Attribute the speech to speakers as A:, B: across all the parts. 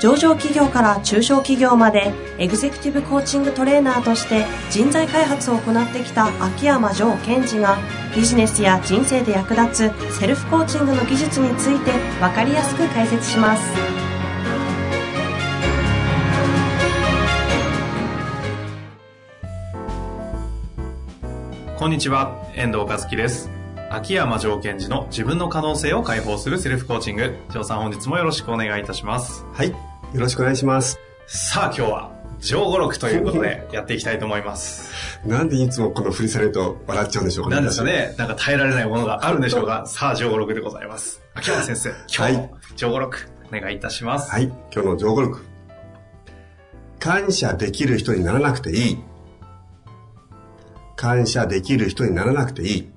A: 上場企業から中小企業までエグゼクティブコーチングトレーナーとして人材開発を行ってきた秋山城賢治がビジネスや人生で役立つセルフコーチングの技術について分かりやすく解説します
B: こんにちは、遠藤和樹です。秋山条件時の自分の可能性を解放するセルフコーチング。城さん本日もよろしくお願いいたします。
C: はい。よろしくお願いします。
B: さあ今日は、上語録ということ でやっていきたいと思います。
C: なんでいつもこの振りされると笑っちゃうんでしょうか
B: なんでしょう。ね、なんか耐えられないものがあるんでしょうが、さあ上語録でございます。秋山先生、今日
C: は
B: も上語録お願いいたします。
C: はい。今日の上語録。感謝できる人にならなくていい。感謝できる人にならなくていい。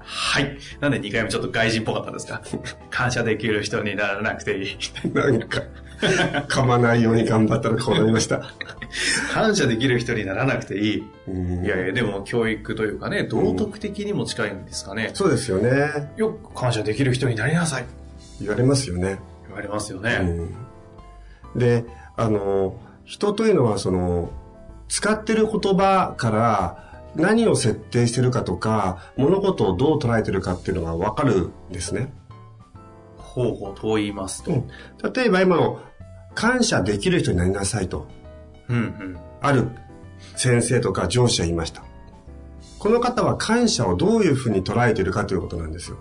B: はい。なんで2回目ちょっと外人っぽかったですか 感謝できる人にならなく ていい。
C: なんか、噛まないように頑張ったらこうなりました。
B: 感謝できる人にならなくていい。
C: うん
B: いやいや、でも教育というかね、道徳的にも近いんですかね。
C: そうですよね。
B: よく感謝できる人になりなさい。
C: 言われますよね。
B: 言われますよ
C: う
B: ね。
C: んで、あの、人というのはその、使ってる言葉から何を設定してるかとか、物事をどう捉えてるかっていうのがわかるんですね。
B: 方法と言いますと。うん
C: 例えば今の、感謝できる人になりなさいと、
B: うん。
C: ある先生とか上司が言いました。この方は感謝をどういうふうに捉えてるかということなんですよ。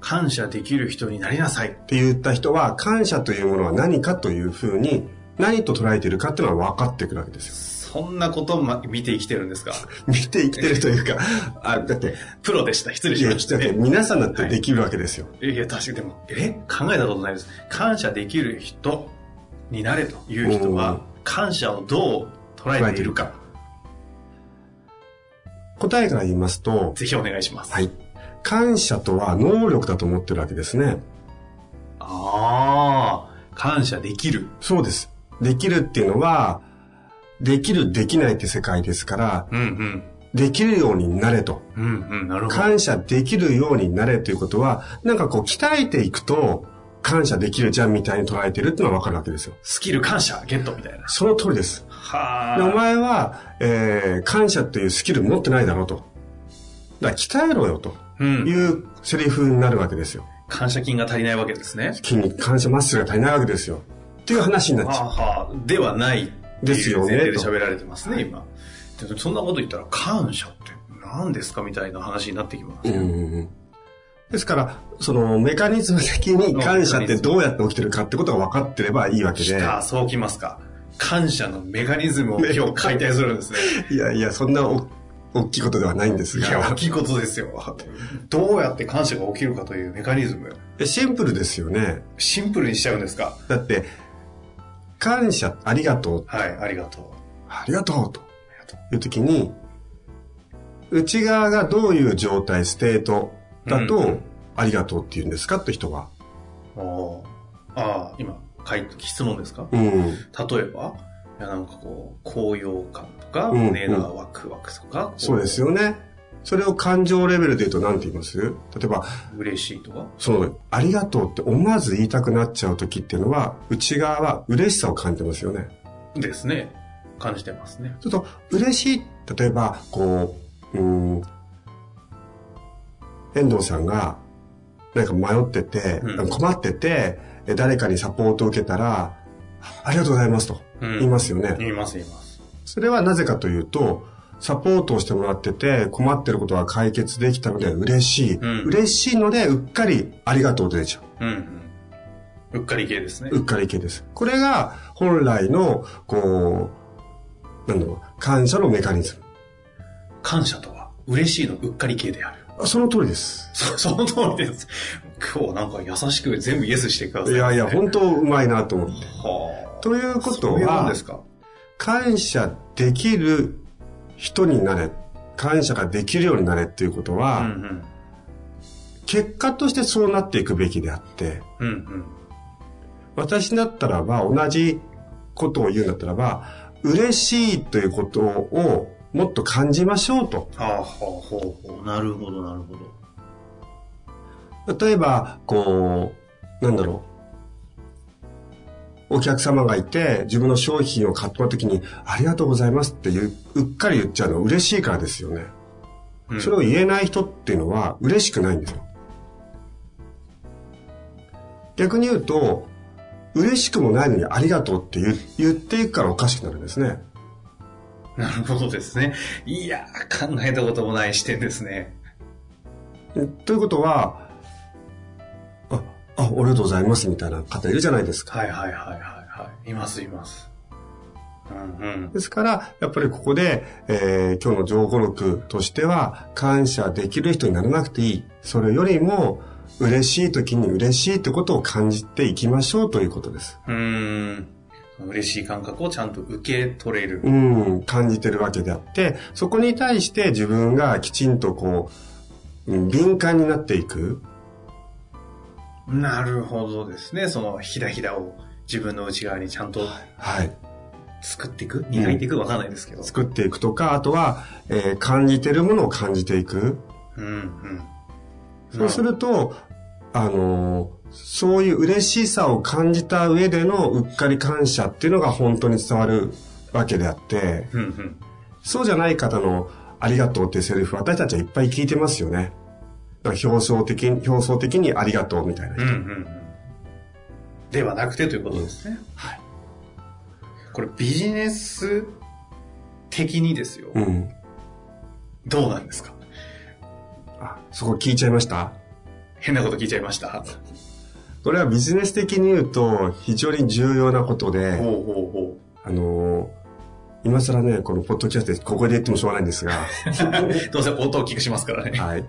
B: 感謝できる人になりなさい。
C: って言った人は、感謝というものは何かというふうに、何と捉えてるかっていうのは分かってくるわけですよ。
B: そんなことま見て生きてるんですか
C: 見て生きてるというか、あ、だって、
B: プロでした。失礼
C: い
B: し
C: や、
B: まし
C: だ
B: た。
C: って皆さんだってできるわけですよ。
B: えいや、確かにでも、え考えたことないです。感謝できる人になれという人
C: うん
B: は、感謝をどう捉えているか。
C: 答えから言いますと、
B: ぜひお願いします。
C: はい。感謝とは能力だと思ってるわけですね。
B: ああ、感謝できる。
C: そうです。できるっていうのは、できる、できないって世界ですから、
B: うん
C: できるようになれと。
B: うん。うんうん、なるほど。
C: 感謝できるようになれということは、なんかこう鍛えていくと、感謝できるじゃんみたいに捉えてるっていうのはわかるわけですよ。
B: スキル感謝、ゲットみたいな。
C: その通りです。
B: は
C: でお
B: あ。
C: 前は、えー感謝っていうスキル持ってないだろうと。だから鍛えろよと
B: うん
C: い。うセリフになるわけですよ。
B: 感謝金が足りないわけですね。
C: 筋肉感謝マッスルが足りないわけですよ。っていう話になっ
B: は
C: ちゃう。
B: あはあ、ではないって
C: です
B: いう
C: よね
B: 前提で喋られてますね、今。でそんなこと言ったら、感謝って何ですかみたいな話になってきます。
C: うんですから、そのメカニズム的に感謝ってどうやって起きてるかってことが分かってればいいわけ
B: き
C: で。
B: た、そうきますか。感謝のメカニズムを今日解体するんですね。
C: いやいや、そんなお大きいことではないんです
B: いや、大
C: が。
B: きいことですよ。どうやって感謝が起きるかというメカニズム。
C: シンプルですよね。
B: シンプルにしちゃうんですか
C: だって、感謝、ありがとう、
B: はい、ありがとう。
C: ありがと
B: あり
C: うと
B: がとう。
C: いう時に、内側がどういう状態、ステートだと、
B: うん
C: ありがとうって言うんですかって人は。
B: おーああ、今、回質問ですか
C: うん。
B: 例えば、いやなんかこう、高揚感とか、
C: うんうん
B: 胸がワクワクとか、こ
C: そうです。よね。それを感情レベルで言うと何て言います例えば、
B: 嬉しいとか。
C: その、ありがとうって思わず言いたくなっちゃう時っていうのは、内側は嬉しさを感じてますよね。
B: ですね。感じてますね。
C: ちょっと嬉しい、例えば、こう、うーん、遠藤さんが、なんか迷ってて、
B: うん
C: 困ってて、え誰かにサポートを受けたら、あありがとうございますと
B: うん
C: 言いますよね。
B: 言います、言います。
C: それはなぜかというと、サポートをしてもらってて、困ってることが解決できたので嬉しい。
B: うん
C: 嬉しいので、うっかりありがとうと出ちゃう。
B: うん、うん。うっかり系ですね。
C: うっかり系です。これが本来の、こう、なんだろう、感謝のメカニズム
B: 感謝とは、嬉しいのうっかり系である。。
C: あその通りです。
B: そその通りです。今日なんか優しく全部イエスしてください、
C: いやいや、
B: は
C: 本当うまいなと思って。
B: あ。
C: ということ
B: そういうもん
C: は
B: で、すか
C: 感謝できる人になれ、感謝ができるようになれっていうこと
B: うんう
C: は、
B: ん。
C: 結果としてそうなっていくべきであって、
B: うんうん。
C: 私だったらば、同じことを言うんだったらば、嬉しいということをもっと感じましょうと。
B: はあ、はあ、ほうほう。なるほど、なるほど。
C: 例えば、こう、なんだろう。お客様がいて、自分の商品を買った時に、ありがとうございますっていう、うっかり言っちゃうの嬉しいからですよね。
B: うん
C: それを言えない人っていうのは嬉しくないんですよ。逆に言うと、嬉しくもないのにありがとうって言う言っていくからおかしくなるんですね。
B: なるほどですね。いやー、考えたこともない視点ですね。
C: えということは、あ、あ、ありがとうございますみたいな方いるじゃないですか。
B: はいはいはいはいはい。いますいます。うんうん。
C: ですから、やっぱりここで、えー今日の情報録としては、感謝できる人にならなくていい。それよりも、嬉しい時に嬉しいってことを感じていきましょうということです。
B: うーん。嬉しい感覚をちゃんと受け取れる。
C: うん、感じてるわけであって、そこに対して自分がきちんとこう、うん敏感になっていく。
B: なるほどですね。そのひだひだを自分の内側にちゃんと
C: はい。
B: 作っていく磨いていくわかんないですけど。
C: 作っていくとか、あとは、えー感じてるものを感じていく。
B: うんうん。
C: そうすると、あのーそういう嬉しさを感じた上でのうっかり感謝っていうのが本当に伝わるわけであって、
B: うんうん。
C: そうじゃない方のありがとうっていうセリフ、私たちはいっぱい聞いてますよね。だから表層的に、表層的にありがとうみたいな
B: うんう。んうん。ではなくてということですね。
C: はい。
B: これビジネス的にですよ。
C: うん。
B: どうなんですか
C: あ、そこ聞いちゃいました
B: 変なこと聞いちゃいました。
C: これはビジネス的に言うと非常に重要なこと
B: ほう
C: で、
B: ほうほ
C: あのー今更ね、このポッドキャストでここで言ってもしょうがないんですが、
B: う。どうせ音を大きくしますからね。
C: はい。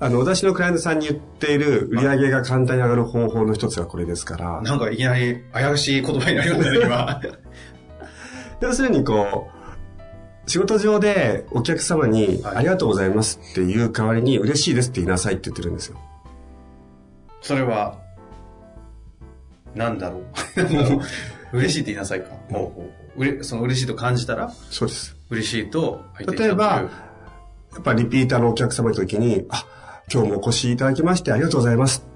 C: あの、私のクライアントさんに言っている売り上げが簡単に上がる方法の一つがこれですから、
B: なんかいきなり危うしい言葉になりましたね、今。
C: 要するにこう、仕事上でお客様に
B: はい
C: ありがとうございますっていう代わりに嬉しいですって言いなさいって言ってるんですよ。
B: それは、なんだろう。 嬉しいって言いなさいか。ほうほうほううれその嬉しいと感じたら、
C: そうです。
B: 嬉しいと入ってきた
C: 例えば、やっぱリピーターのお客様の時に、あ、今日もお越しいただきましてありがとうございます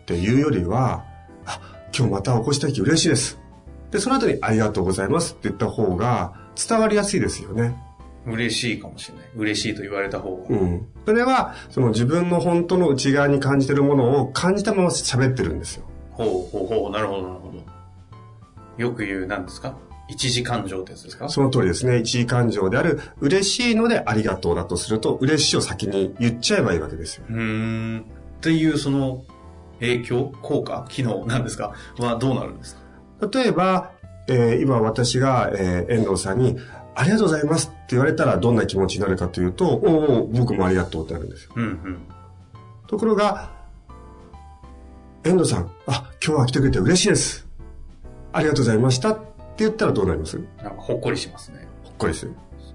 C: っていうよりは、あ、今日またお越しいただき嬉しいです。で、その後にありがとうございますって言った方が伝わりやすいですよね。
B: という嬉しいかもしれない。嬉しいと言われた方が。
C: うん。それは、その自分の本当の内側に感じてるものを感じたまま喋ってるんですよ。
B: ほうほうほう、なるほど、なるほど。よく言う、何ですか一時感情ってやつですか
C: その通りですね。一位感情である、嬉しいのでありがとうだとすると、嬉しいを先に言っちゃえばいいわけですよ。
B: うーん。っていう、その、影響効果機能なんですかはどうなるんですか
C: 例えば、えー今私が、えー遠藤さんに、ありがとうございますって言われたらどんな気持ちになるかというと、おうおう、僕もありがとうってなるんですよ。
B: うんうん。
C: ところが、遠藤さん、あ、今日は来てくれて嬉しいです。ありがとうございましたって言ったらどうなりますほ
B: なんかほっこりしますね。
C: っこりする。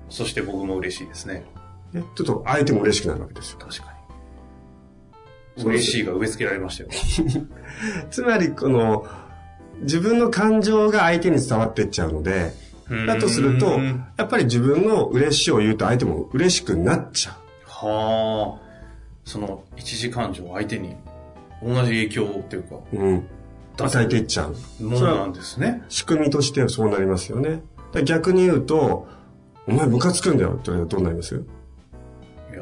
B: そして僕も嬉しいですね。
C: ねちょっと相手も嬉しくなるわけですよ。
B: 確かに。
C: そうです
B: 嬉しいが植え付けられましたよ。
C: つまり、この、自分の感情が相手に伝わっていっちゃうので、だとする
B: う
C: と
B: ーん、
C: やっぱり自分の嬉しいを言うと相手も嬉しくなっちゃ
B: はあ、その一時感情を相手に同じ影響っていうか、
C: う。うん。与えていっちゃう。
B: ものなんですね。
C: 仕組みとしてはそうなりますよね。だから逆に言うと、お前ムカつくんだよって言われたらどうなります
B: いや、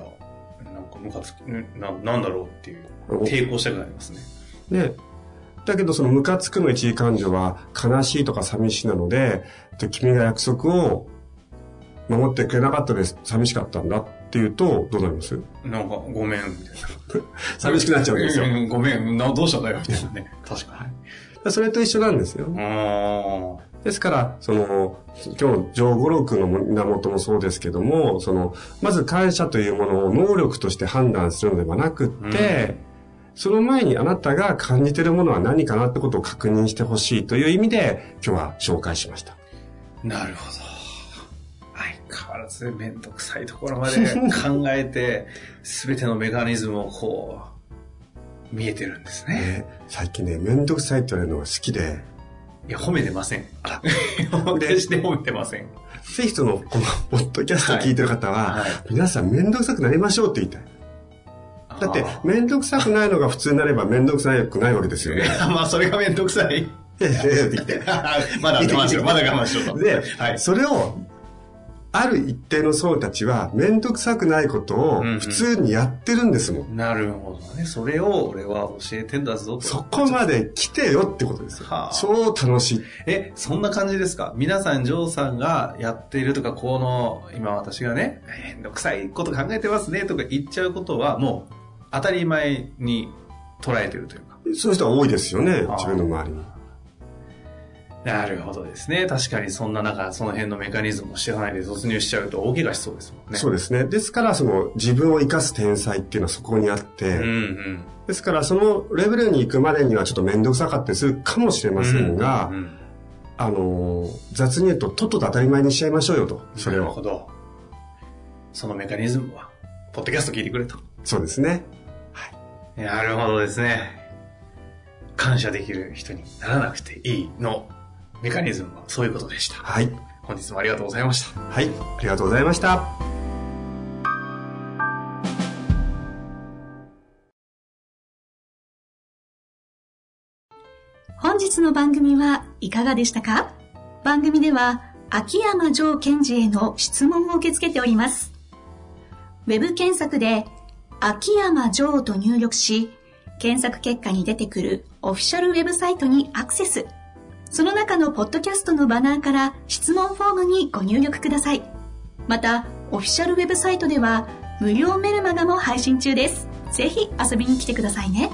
B: なんかムカつく、ななんだろうっていう、抵抗したくなりますね。
C: ね。だけどそのムカつくの一時感情は悲しいとか寂しいなので、で君が約束を守ってくれなかったです。寂しかったんだっていうと、どうなります
B: なんか、ごめん、みたいな。
C: 寂しくなっちゃうんですよ。
B: んごめん、などうしたんだよ、みたいなね。確か
C: それと一緒なんですよ。
B: に。あ
C: ですから、その、今日、上五六の源もそうですけども、その、まず感謝というものを能力として判断するのではなくって、その前にあなたが感じてるものは何かなってことを確認してほしいという意味で、今日は紹介しました。
B: あ、なるほど。相変わらずめん どくさいところまで考えて、すべてのメカニズムをこう、見えてるんですね。
C: ね、最近ね、めんどくさいって言われるのが好きで、
B: いや、褒めてません。決して 褒めてません。
C: ぜひその、この、ポッドキャスト聞いてる方は、
B: はい
C: 皆さんめんどくさくなりましょうって言いたい。だって、めんどくさくないのが普通になればめんどくさくないわけですよね。
B: あー まあ、それがめんどくさい。
C: ええええって言って。
B: まだ我慢し ろ、まだ我慢しろと。
C: で、
B: はい。
C: それを、ある一定の層たちは、めんどくさくないことを
B: うんうん
C: 普通にやってるんですもん。
B: なるほどね。それを俺は教えてんだぞと。
C: そこまで来てよってことですよ。
B: はあ
C: 超楽しい。
B: え、そんな感じですか皆さん、ジョーさんがやっているとか、この、今私がね、めんどくさいこと考えてますねとか言っちゃうことは、もう、当たり前に捉えてるというか。
C: そういう人は多いですよね
B: は、あ
C: 自分の周りに。
B: なるほどですね。確かにそんな中、その辺のメカニズムを知らないで突入しちゃうと大怪我しそうですもんね。
C: そう
B: う
C: ですね。ですから、その、自分を生かす天才っていうのはそこにあって、
B: んうん。
C: ですから、そのレベルに行くまでにはちょっと面倒くさかったりするかもしれませんが、
B: うんうん
C: あのー、雑に言うと、とっとと当たり前にしちゃいましょうよと。それ
B: なるほ
C: を。
B: ど。そのメカニズムは、ポッドキャスト聞いてくれと。
C: そうですね。
B: なるほどですね。感謝できる人にならなくていいのメカニズムはそういうことでした。
C: はい。
B: 本日もありがとうございました。
C: はい。ありがとうございました。
D: 本日の番組はいかがでしたか番組では秋山城賢治への質問を受け付けております。ウェブ検索で秋山城と入力し、検索結果に出てくるオフィシャルウェブサイトにアクセス。その中のポッドキャストのバナーから質問フォームにご入力ください。また、オフィシャルウェブサイトでは無料メルマガも配信中です。ぜひ遊びに来てくださいね。